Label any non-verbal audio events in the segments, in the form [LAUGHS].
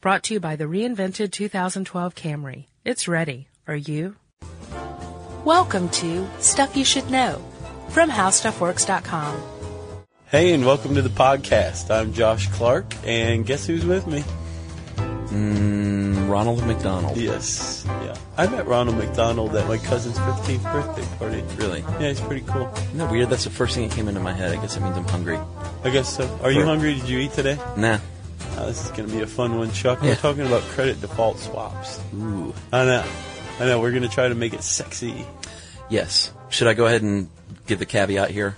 Brought to you by the reinvented 2012 Camry. It's ready. Are you? Welcome to Stuff You Should Know from HowStuffWorks.com. Hey, and welcome to the podcast. I'm Josh Clark, and guess who's with me? Mm, Ronald McDonald. Yes, yeah. I met Ronald McDonald at my cousin's 15th birthday party. Really? Yeah, he's pretty cool. Isn't that weird? That's the first thing that came into my head. I guess it means I'm hungry. I guess so. Are you Sure. hungry? Did you eat today? Nah. Oh, this is going to be a fun one, Chuck. We're Yeah. talking about credit default swaps. Ooh. I know. I know. We're going to try to make it sexy. Yes. Should I go ahead and give the caveat here?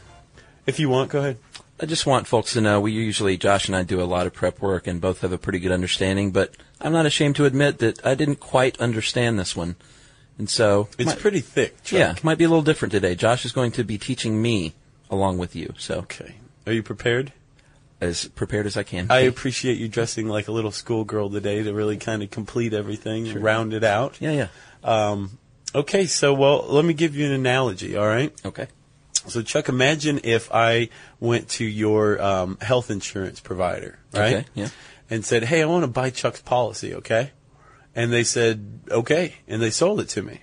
If you want, go ahead. I just want folks to know we usually, Josh and I do a lot of prep work and both have a pretty good understanding, but I'm not ashamed to admit that I didn't quite understand this one. And so. It's might- pretty thick, Chuck. Yeah, might be a little different today. Josh is going to be teaching me along with you, so Okay. Are you prepared? as prepared as I can. I appreciate you dressing like a little schoolgirl today to really kind of complete everything, round it out. yeah, yeah. Um, okay, so well, let me give you an analogy. All right. Okay. So Chuck, imagine if I went to your um, health insurance provider, right? Okay, yeah. And said, "Hey, I want to buy Chuck's policy." Okay. And they said, "Okay," and they sold it to me.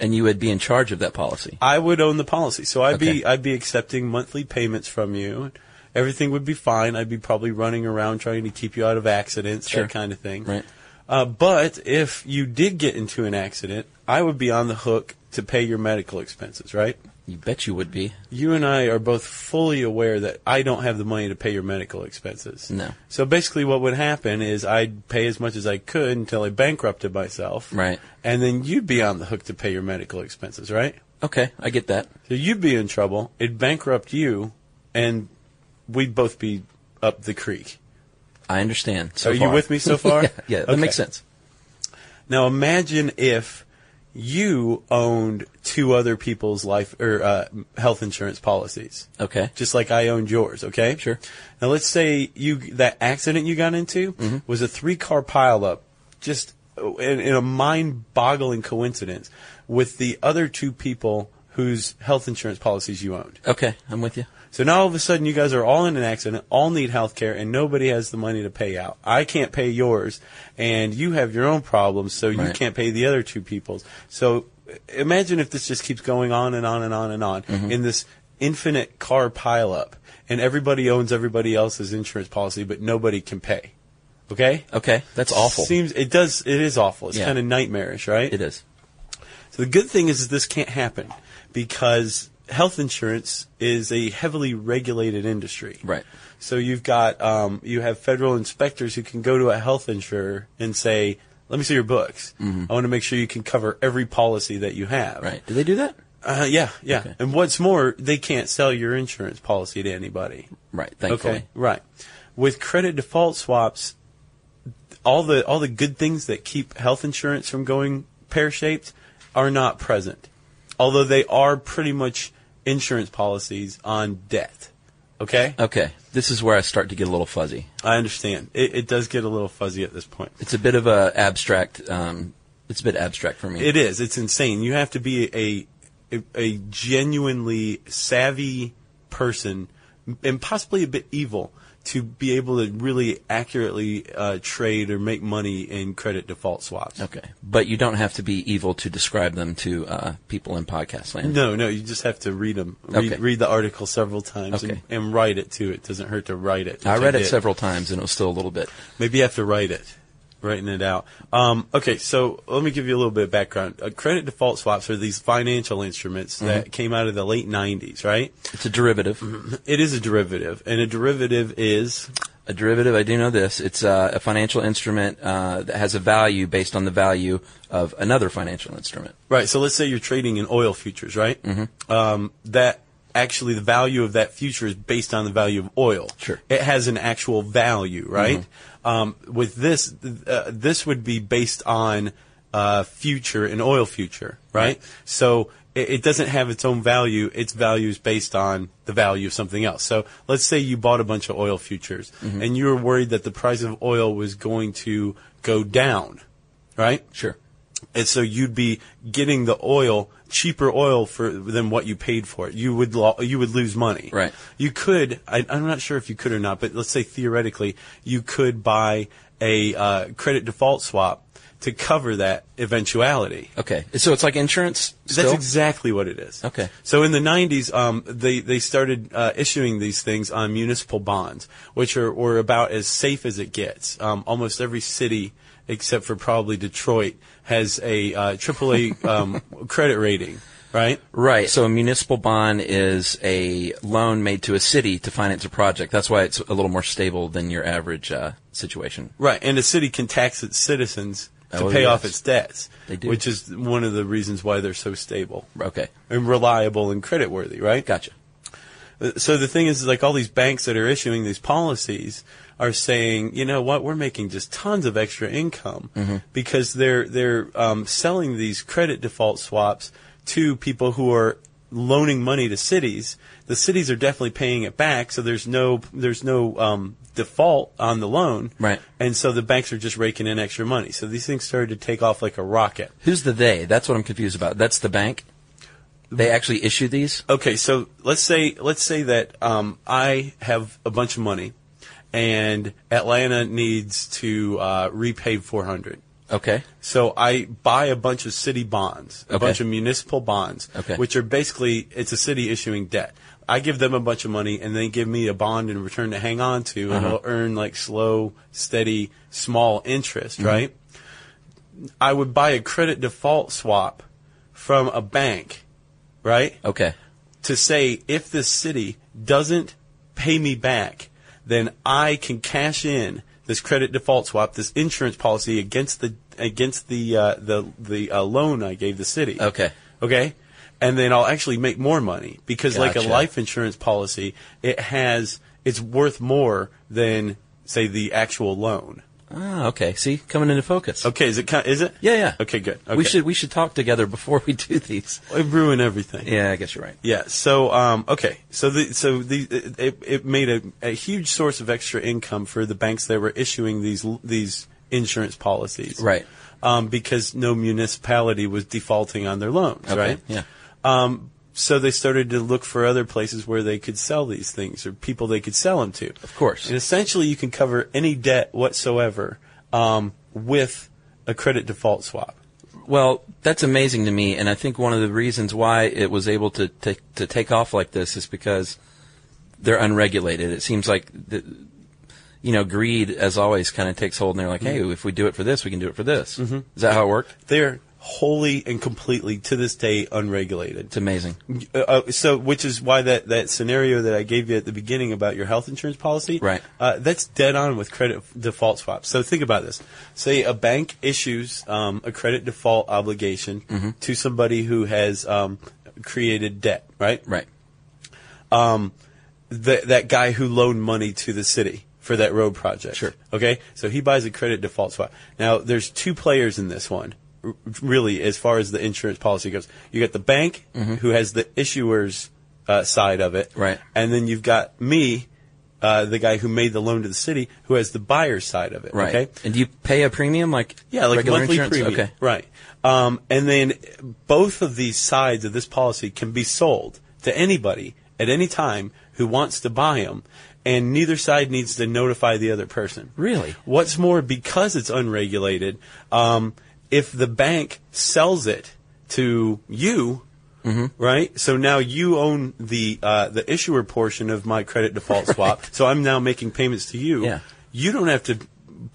And you would be in charge of that policy. I would own the policy, so I'd be Okay. I'd be accepting monthly payments from you. Everything would be fine. I'd be probably running around trying to keep you out of accidents, Sure. that kind of thing. Right. Uh, but if you did get into an accident, I would be on the hook to pay your medical expenses, right? You bet you would be. You and I are both fully aware that I don't have the money to pay your medical expenses. No. So basically, what would happen is I'd pay as much as I could until I bankrupted myself. Right. And then you'd be on the hook to pay your medical expenses, right? Okay, I get that. So you'd be in trouble. It'd bankrupt you, and we'd both be up the creek. I understand. So Are you far. with me so far? [LAUGHS] yeah, yeah, that Okay. makes sense. Now imagine if you owned two other people's life or uh, health insurance policies, Okay. just like I owned yours. Okay. Sure. Now let's say you that accident you got into Mm-hmm. was a three car pileup, just uh, in, in a mind-boggling coincidence with the other two people whose health insurance policies you owned. Okay, I'm with you. So now all of a sudden you guys are all in an accident, all need health care, and nobody has the money to pay out. I can't pay yours, and you have your own problems, so you Right. can't pay the other two people's. So uh, imagine if this just keeps going on and on and on and on Mm-hmm. in this infinite car pileup, and everybody owns everybody else's insurance policy, but nobody can pay. Okay? Okay, that's awful. Seems it does it is awful. It's Yeah. kind of nightmarish, right? it is. So the good thing is, is this can't happen because health insurance is a heavily regulated industry. Right. So you've got um, you have federal inspectors who can go to a health insurer and say, "Let me see your books. I want to make sure you can cover every policy that you have." Mm-hmm. Right. Do they do that? Uh, yeah. Yeah. Okay. And what's more, they can't sell your insurance policy to anybody. Right. Thankfully. Okay. Right. With credit default swaps, all the all the good things that keep health insurance from going pear shaped are not present. Although they are pretty much insurance policies on debt. Okay? Okay. This is where I start to get a little fuzzy. I understand. It, it does get a little fuzzy at this point. It's a bit of a abstract. Um, it's a bit abstract for me. It is. It's insane. You have to be a a, a genuinely savvy person, m- and possibly a bit evil, to be able to really accurately uh, trade or make money in credit default swaps. okay. But you don't have to be evil to describe them to uh, people in podcast land. No, no. You just have to read them. Read, Okay. read the article several times and, Okay. and write it too. It doesn't hurt to write it. which I read it did. several times and it was still a little bit. Maybe you have to write it, writing it out. Um, okay, so let me give you a little bit of background. Uh, credit default swaps are these financial instruments Mm-hmm. that came out of the late '90s, right? It's a derivative. It is a derivative, and a derivative is A derivative, I do know this. It's uh, a financial instrument uh, that has a value based on the value of another financial instrument. right. So let's say you're trading in oil futures, right? Mm-hmm. Um, that actually the value of that future is based on the value of oil. Sure. Mm-hmm. it has an actual value, right? Um, with this, th- uh, this would be based on uh, future an oil future, right? Right. So it, it doesn't have its own value. Its value is based on the value of something else. So let's say you bought a bunch of oil futures Mm-hmm. and you were worried that the price of oil was going to go down, right? Sure. and so you'd be getting the oil cheaper oil for than what you paid for it. You would lo- you would lose money. Right. You could. I, I'm not sure if you could or not, but let's say theoretically you could buy a uh, credit default swap to cover that eventuality. Okay. So it's like insurance. Still? That's exactly what it is. Okay. So in the 90s, um, they, they started uh, issuing these things on municipal bonds, which are were about as safe as it gets. Um, almost every city, except for probably Detroit, has a uh, [LAUGHS] AAA um, credit rating, right? right. So a municipal bond is a loan made to a city to finance a project. That's why it's a little more stable than your average uh, situation. Right, and a city can tax its citizens to Oh, pay off yes. its debts, They do. which is one of the reasons why they're so stable Okay. and reliable and creditworthy, right? Gotcha. So the thing is, is like all these banks that are issuing these policies are saying, you know what, we're making just tons of extra income because they're they're um, selling these credit default swaps to people who are loaning money to cities. The cities are definitely paying it back, so there's no there's no um, default on the loan, Right. And so the banks are just raking in extra money. So these things started to take off like a rocket. Who's the they? That's what I'm confused about. That's the bank. They actually issue these. okay, so let's say let's say that um, I have a bunch of money, and Atlanta needs to uh, repay four hundred. Okay. So I buy a bunch of city bonds, a Okay. bunch of municipal bonds, Okay. which are basically it's a city issuing debt. I give them a bunch of money, and they give me a bond in return to hang on to, and Uh-huh. it'll earn like slow, steady, small interest, Mm-hmm. right? I would buy a credit default swap from a bank, right? Okay. to say if this city doesn't pay me back, then I can cash in this credit default swap, this insurance policy against the against the uh, the the uh, loan I gave the city. Okay. Okay. And then I'll actually make more money because, like a Gotcha. life insurance policy, it has it's worth more than say the actual loan. Ah, okay. See, coming into focus. Okay, is it ki- is it? Yeah, yeah. Okay, good. We Okay. should we should talk together before we do these. It ruin everything. Yeah, I guess you're right. Yeah. So um, okay. So the so the it, it made a, a huge source of extra income for the banks that were issuing these these insurance policies. Right. Um, because no municipality was defaulting on their loans. Okay. Right. Yeah. Um, so they started to look for other places where they could sell these things or people they could sell them to. Of course. And essentially, you can cover any debt whatsoever um, with a credit default swap. Well, that's amazing to me, and I think one of the reasons why it was able to take to take off like this is because they're unregulated. It seems like the, you know greed, as always, kind of takes hold, and they're like, Mm-hmm. hey, if we do it for this, we can do it for this. Mm-hmm. Is that how it worked? They're wholly and completely to this day unregulated. It's amazing. Uh, uh, so, which is why that, that scenario that I gave you at the beginning about your health insurance policy, Right. Uh, that's dead on with credit f- default swaps. So think about this: say a bank issues um, a credit default obligation to somebody who has um, created debt, right? Right. Th- that guy who loaned money to the city for that road project. Sure. Okay. So he buys a credit default swap. Now there's two players in this one, r- really, as far as the insurance policy goes. You got the bank who has the issuer's uh, side of it, Mm-hmm. Right. And then you've got me, uh, the guy who made the loan to the city, who has the buyer's side of it. Right. Okay. And do you pay a premium like Yeah, like regular monthly insurance? premium. Okay. Right. Um, and then both of these sides of this policy can be sold to anybody at any time who wants to buy them, and neither side needs to notify the other person. Really? What's more, because it's unregulated, um, if the bank sells it to you, Mm-hmm. right? So now you own the uh, the issuer portion of my credit [LAUGHS] default swap. So I'm now making payments to you. Yeah. You don't have to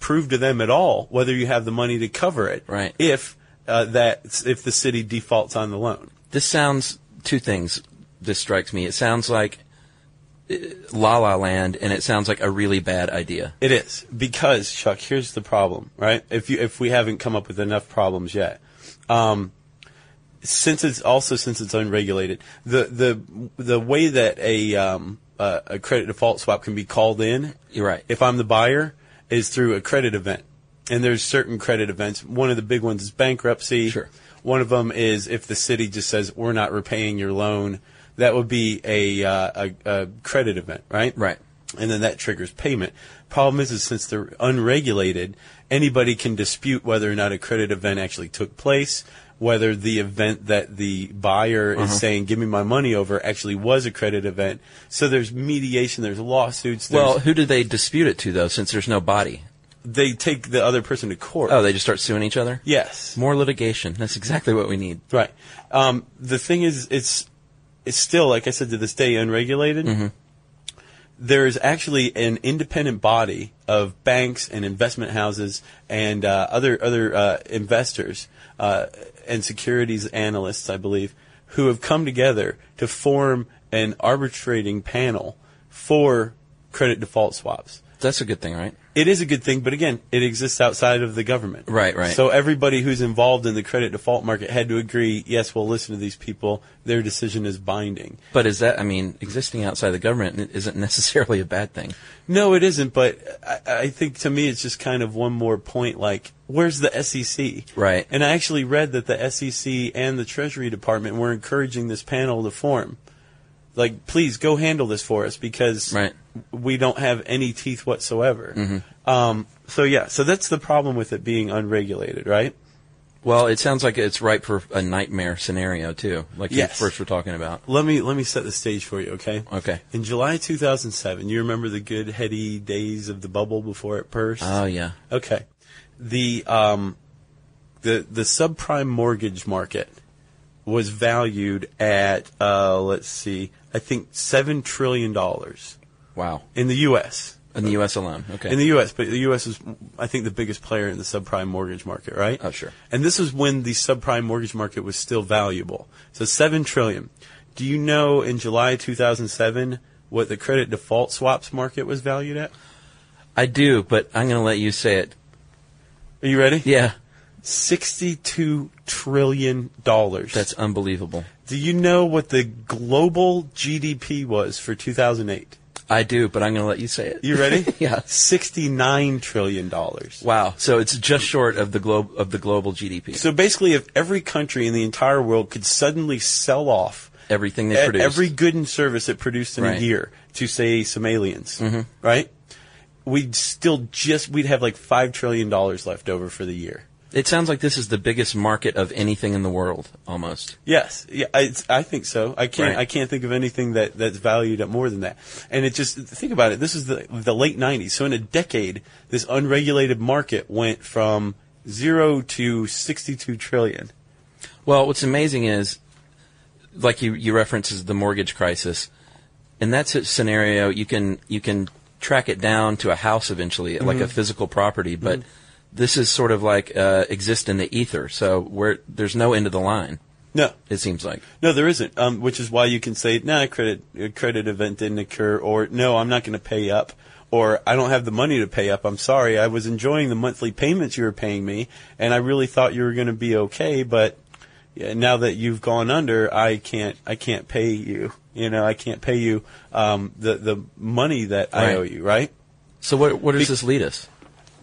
prove to them at all whether you have the money to cover it. Right. If uh, that if the city defaults on the loan. This sounds two things. This strikes me. It sounds like uh, La La Land, and it sounds like a really bad idea. It is because Chuck. Here's the problem, right? If you if we haven't come up with enough problems yet, um, since it's also since it's unregulated, the the the way that a um, uh, a credit default swap can be called in, You're right. If I'm the buyer, is through a credit event, and there's certain credit events. One of the big ones is bankruptcy. Sure. One of them is if the city just says we're not repaying your loan. That would be a, uh, a, a credit event, right? Right. and then that triggers payment. Problem is, is since they're unregulated, anybody can dispute whether or not a credit event actually took place, whether the event that the buyer is saying "give me my money over" actually was a credit event. So there's mediation, there's lawsuits. There's, Well, who do they dispute it to though? Since there's no body, they take the other person to court. Oh, they just start suing each other? yes. More litigation. That's exactly what we need. Right. Um, the thing is, it's it's still, like I said, to this day unregulated. There is actually an independent body of banks and investment houses and uh, other other uh, investors uh, and securities analysts, I believe, who have come together to form an arbitrating panel for credit default swaps That's a good thing, right? it is a good thing, but again, it exists outside of the government. Right, right. So everybody who's involved in the credit default market had to agree, yes, we'll listen to these people. Their decision is binding. But is that, I mean, existing outside the government [LAUGHS] n- isn't necessarily a bad thing. No, it isn't, but I, I think to me it's just kind of one more point like, where's the SEC? Right. And I actually read that the SEC and the Treasury Department were encouraging this panel to form. Like, please go handle this for us because Right. we don't have any teeth whatsoever. Mm-hmm. Um, so, yeah, so that's the problem with it being unregulated, right? Well, it sounds like it's ripe for a nightmare scenario, too, like you Yes. first were talking about. Let me let me set the stage for you, okay? Okay. In July 2007, you remember the good heady days of the bubble before it burst. Oh, yeah. okay. The um, the the subprime mortgage market was valued at uh, let's see, I think seven trillion dollars Wow. in the U.S. In the U.S. alone. Okay. In the U.S., but the U.S. is, I think, the biggest player in the subprime mortgage market, right? Oh, sure. And this is when the subprime mortgage market was still valuable. So seven trillion. Do you know in July 2007 what the credit default swaps market was valued at? I do, but I'm going to let you say it. Are you ready? Yeah. Sixty-two trillion dollars. That's unbelievable. Do you know what the global GDP was for 2008? I do, but I'm going to let you say it. You [LAUGHS] ready? yeah. Sixty-nine trillion dollars. Wow. So it's just short of the globe of the global GDP. So basically, if every country in the entire world could suddenly sell off Everything they e- produce. every good and service it produced in a Right. Mm-hmm. year to say some aliens, right? We'd still just we'd have like five trillion dollars left over for the year. It sounds like this is the biggest market of anything in the world, almost. Yes, yeah, I, it's- I think so. I can't Right. I can't think of anything that, that's valued at more than that. And it just think about it. This is the the late '90s. So in a decade, this unregulated market went from zero to 62 trillion. Well, what's amazing is, like you you reference is the mortgage crisis. In that s- scenario, you can you can track it down to a house eventually, Mm-hmm. like a physical property. But this is sort of like uh, exist in the ether. So where there's no end of the line. No, It seems like. No, there isn't. Um, which is why you can say, "Nah, credit uh, credit event didn't occur," or "No, I'm not going to pay up," or "I don't have the money to pay up. I'm sorry. I was enjoying the monthly payments you were paying me, and I really thought you were going to be okay, but yeah, now that you've gone under, I can't I can't pay you. You know, I can't pay you um, the the money that I Right. owe you, right?" So what what does Be- this lead us?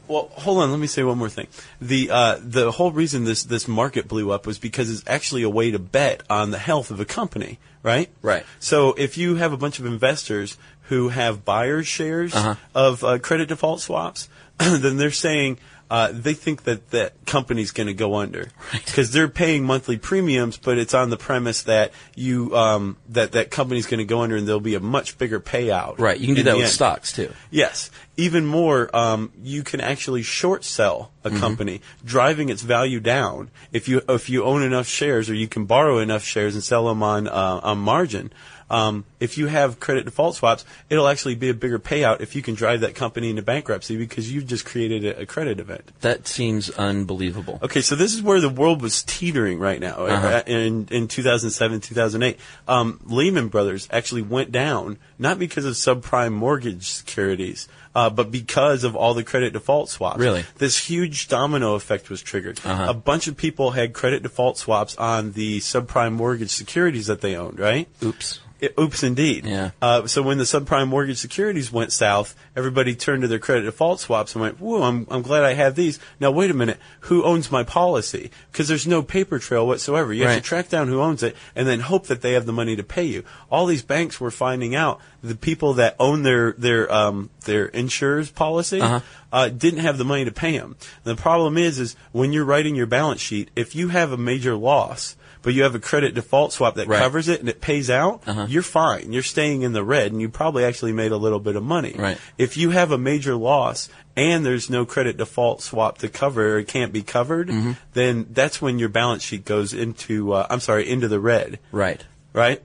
Well, hold on. Let me say one more thing. The uh, the whole reason this this market blew up was because it's actually a way to bet on the health of a company, right? Right. So if you have a bunch of investors who have buyer shares Uh-huh. of uh, credit default swaps, [CLEARS THROAT] then they're saying. Uh, they think that that company's going to go under because they're paying monthly premiums, but it's on the premise that you um, that that company's going to go under and there'll be a much bigger payout. Right. You can do in that the with end. stocks too. Yes. Even more, um, you can actually short sell a company, driving its value down. If you if you own enough shares, or you can borrow enough shares and sell them on uh, on margin. Um, if you have credit default swaps, it'll actually be a bigger payout if you can drive that company into bankruptcy because you've just created a, a credit event. That seems unbelievable. Okay, so this is where the world was teetering right now uh, Uh-huh. in in 2007, 2008. Um, Lehman Brothers actually went down not because of subprime mortgage securities, uh, but because of all the credit default swaps. Really? this huge domino effect was triggered. Uh-huh. A bunch of people had credit default swaps on the subprime mortgage securities that they owned, right? Oops. I- oops, indeed. Yeah. Uh, so when the subprime mortgage securities went south, everybody turned to their credit default swaps and went, "Whoa, I'm I'm glad I have these." Now wait a minute, who owns my policy? Because there's no paper trail whatsoever. You have Right. to track down who owns it and then hope that they have the money to pay you. All these banks were finding out the people that own their their um, their insurers policy Uh-huh. uh, didn't have the money to pay them. the problem is, is when you're writing your balance sheet, if you have a major loss. But you have a credit default swap that Right. Uh-huh. covers it and it pays out. you're fine. You're staying in the red and you probably actually made a little bit of money. Right. If you have a major loss and there's no credit default swap to cover or it can't be covered, Mm-hmm. then that's when your balance sheet goes into, uh, I'm sorry, into the red, Right. right?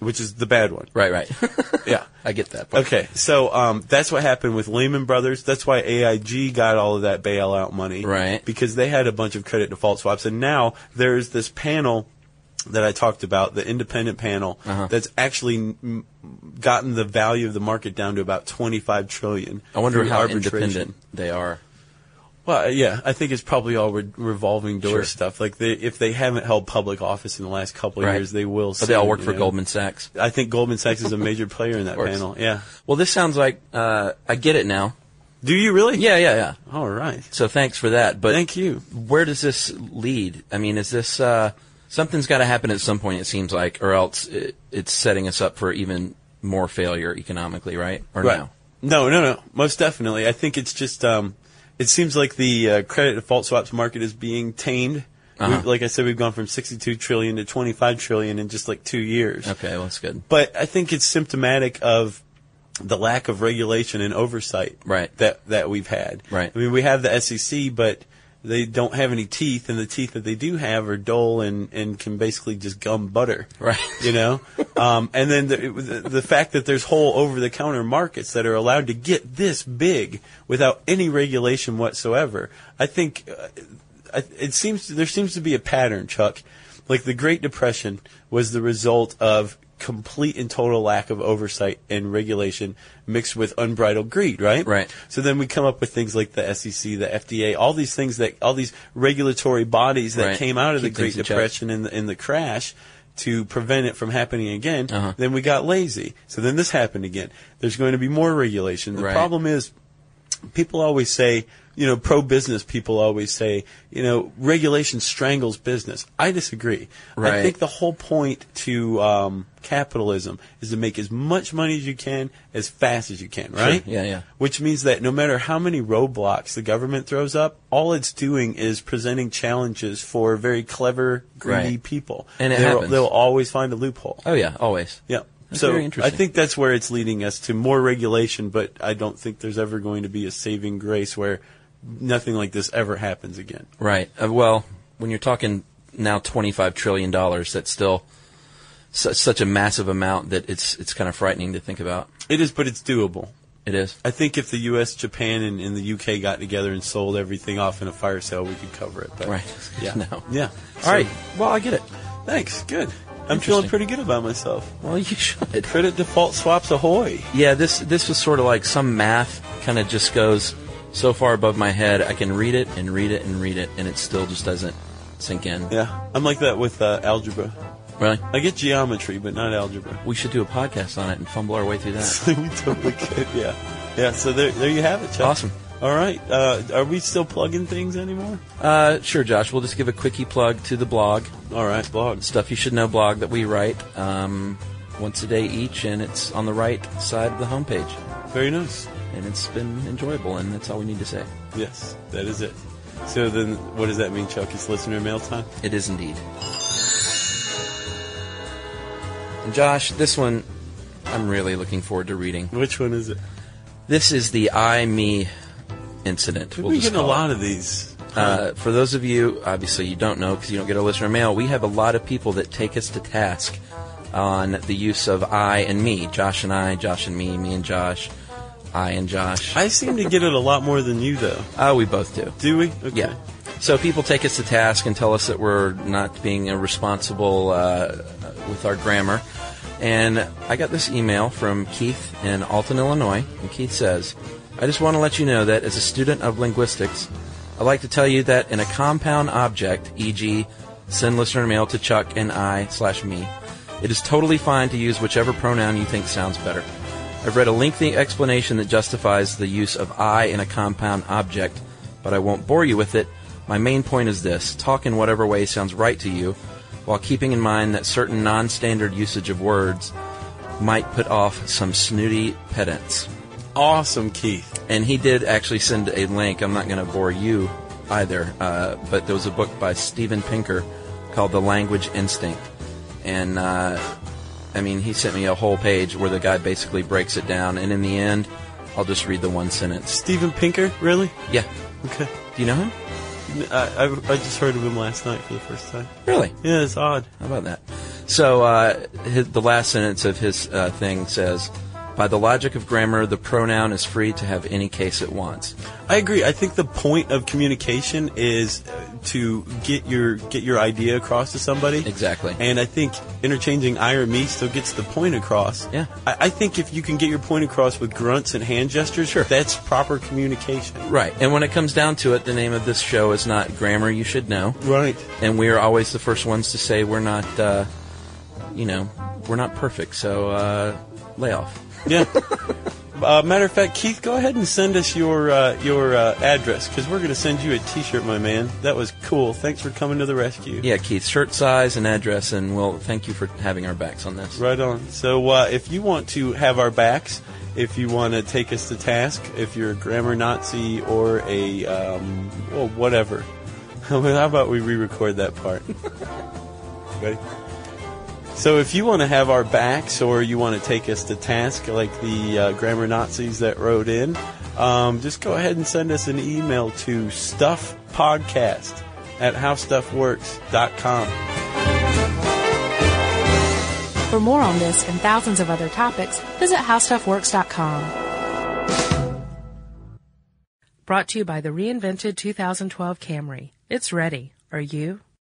Which is the bad one. Right. [LAUGHS] Right. Yeah. I get that. Part. Okay, so um, that's what happened with Lehman Brothers. That's why AIG got all of that bailout money, Right. Because they had a bunch of credit default swaps, and now there's this panel that I talked about, the independent panel, Uh-huh. that's actually mm, gotten the value of the market down to about 25 trillion. I wonder through how arbitration. independent they are. Well, uh, yeah, I think it's probably all re- revolving door Sure. stuff. Like they, if they haven't held public office in the last couple of Right. years, they will. But they all soon, work you for know. Goldman Sachs. I think Goldman Sachs is a major player in that course. panel. Yeah. Well, this sounds like uh, I get it now. Do you really? Yeah, yeah, yeah. All right. So thanks for that. But Thank you. Where does this lead? I mean, is this uh, something's got to happen at some point? It seems like, or else it, it's setting us up for even more failure economically, right? Or no? No, no, no. Most definitely. I think it's just, um, it seems like the uh, credit default swaps market is being tamed. We- Uh-huh. Like I said, we've gone from 62 trillion to 25 trillion in just like two years. Okay, well, that's good. But I think it's symptomatic of the lack of regulation and oversight Right. that, that we've had. Right. I mean, we have the SEC, but they don't have any teeth, and the teeth that they do have are dull and, and can basically just gum butter. Right. You [LAUGHS] know? um, and then the, the, the fact that there's whole over the counter markets that are allowed to get this big without any regulation whatsoever. I think uh, I, it seems there seems to be a pattern, Chuck. Like the Great Depression was the result of complete and total lack of oversight and regulation mixed with unbridled greed, right? Right. So then we come up with things like the SEC, the FDA, all these things that all these regulatory bodies that Right. came out of Keep the Great things in check. Depression and the, and the crash to prevent it from happening again. Uh-huh. Then we got lazy. So then this happened again. There's going to be more regulation. The Right. problem is people always say, you know, pro business people always say, you know, regulation strangles business. I disagree. I Right. think the whole point to um, capitalism is to make as much money as you can as fast as you can, right? Yeah, yeah. Which means that no matter how many roadblocks the government throws up, all it's doing is presenting challenges for very clever, greedy Right. people. And it they'll, happens. they'll always find a loophole. Oh yeah, always. Yeah. That's so very I interesting. think that's where it's leading us to more regulation, but I don't think there's ever going to be a saving grace where nothing like this ever happens again. Right. Uh, well, when you're talking now twenty-five trillion dollars, that's still su- such a massive amount that it's it's kind of frightening to think about. It is, but it's doable. It is. I think if the U.S., Japan, and, and the U.K. got together and sold everything off in a fire sale, we could cover it. But Right. [LAUGHS] Yeah. [LAUGHS] No. Yeah. All right. Well, I get it. Thanks. Good. I'm feeling Interesting. pretty good about myself. Well, you should. Credit default swaps ahoy. Yeah, this this was sort of like some math kind of just goes so far above my head. I can read it and read it and read it, and it still just doesn't sink in. Yeah. I'm like that with uh, algebra. Really, I get geometry, but not algebra. we should do a podcast on it and fumble our [LAUGHS] way through that. we totally could, yeah. Yeah, so there, there you have it, Chuck. Awesome. All right. Uh, are we still plugging things anymore? Uh, sure, Josh. We'll just give a quickie plug to the blog, All right, blogs. stuff you should know blog that we write um, once a day each, and it's on the right side of the homepage, Very nice. and it's been enjoyable, and that's all we need to say. Yes, that is it. So then, what does that mean, Chuck? It's listener mail time? It is indeed. And Josh, this one I'm really looking forward to reading. Which one is it? This is the I me incident. We've we'll been just getting a call it. lot of these. Uh, for those of you, obviously, you don't know because you don't get a listener mail. We have a lot of people that take us to task on the use of I and me. Josh and I, Josh and me, me and Josh, I and Josh. I seem to get it a lot more than you, though. Oh, we both do. Do we? Okay. Yeah. So people take us to task and tell us that we're not being uh, responsible uh, with our grammar. And I got this email from Keith in Alton, Illinois. And Keith says, I just want to let you know that as a student of linguistics, I'd like to tell you that in a compound object, e.g., send listener mail to Chuck and I slash me, it is totally fine to use whichever pronoun you think sounds better. I've read a lengthy explanation that justifies the use of I in a compound object, but I won't bore you with it. My main point is this talk in whatever way sounds right to you, while keeping in mind that certain non standard usage of words might put off some snooty pedants. Awesome, Keith. And he did actually send a link. I'm not going to bore you either, uh, but there was a book by Steven Pinker called The Language Instinct. And uh, I mean, he sent me a whole page where the guy basically breaks it down, and in the end, I'll just read the one sentence. Steven Pinker, really? Yeah. Okay. Do you know him? I, I, I just heard of him last night for the first time. Really? Yeah, it's odd. How about that? So uh, his, the last sentence of his uh, thing says, "By the logic of grammar, the pronoun is free to have any case it wants." I agree. I think the point of communication is uh, to get your get your idea across to somebody. Exactly. And I think interchanging I or me still gets the point across. Yeah. I, I think if you can get your point across with grunts and hand gestures, Sure. that's proper communication. Right. And when it comes down to it, the name of this show is not "Grammar You Should Know," Right. and we are always the first ones to say we're not, uh, you know, we're not perfect. So uh, lay off. Yeah. Uh, matter of fact, Keith, go ahead and send us your uh, your uh, address because we're going to send you a T-shirt, my man. That was cool. Thanks for coming to the rescue. Yeah, Keith, shirt size and address, and we'll thank you for having our backs on this. Right on. So uh, if you want to have our backs, if you want to take us to task, if you're a grammar Nazi or a um, well, whatever, [LAUGHS] well, how about we re-record that part? Ready? So if you want to have our backs or you want to take us to task, like the uh, grammar Nazis that wrote in, um, just go ahead and send us an email to stuffpodcast at howstuffworks.com. For more on this and thousands of other topics, visit howstuffworks.com. Brought to you by the reinvented 2012 Camry. It's ready. Are you?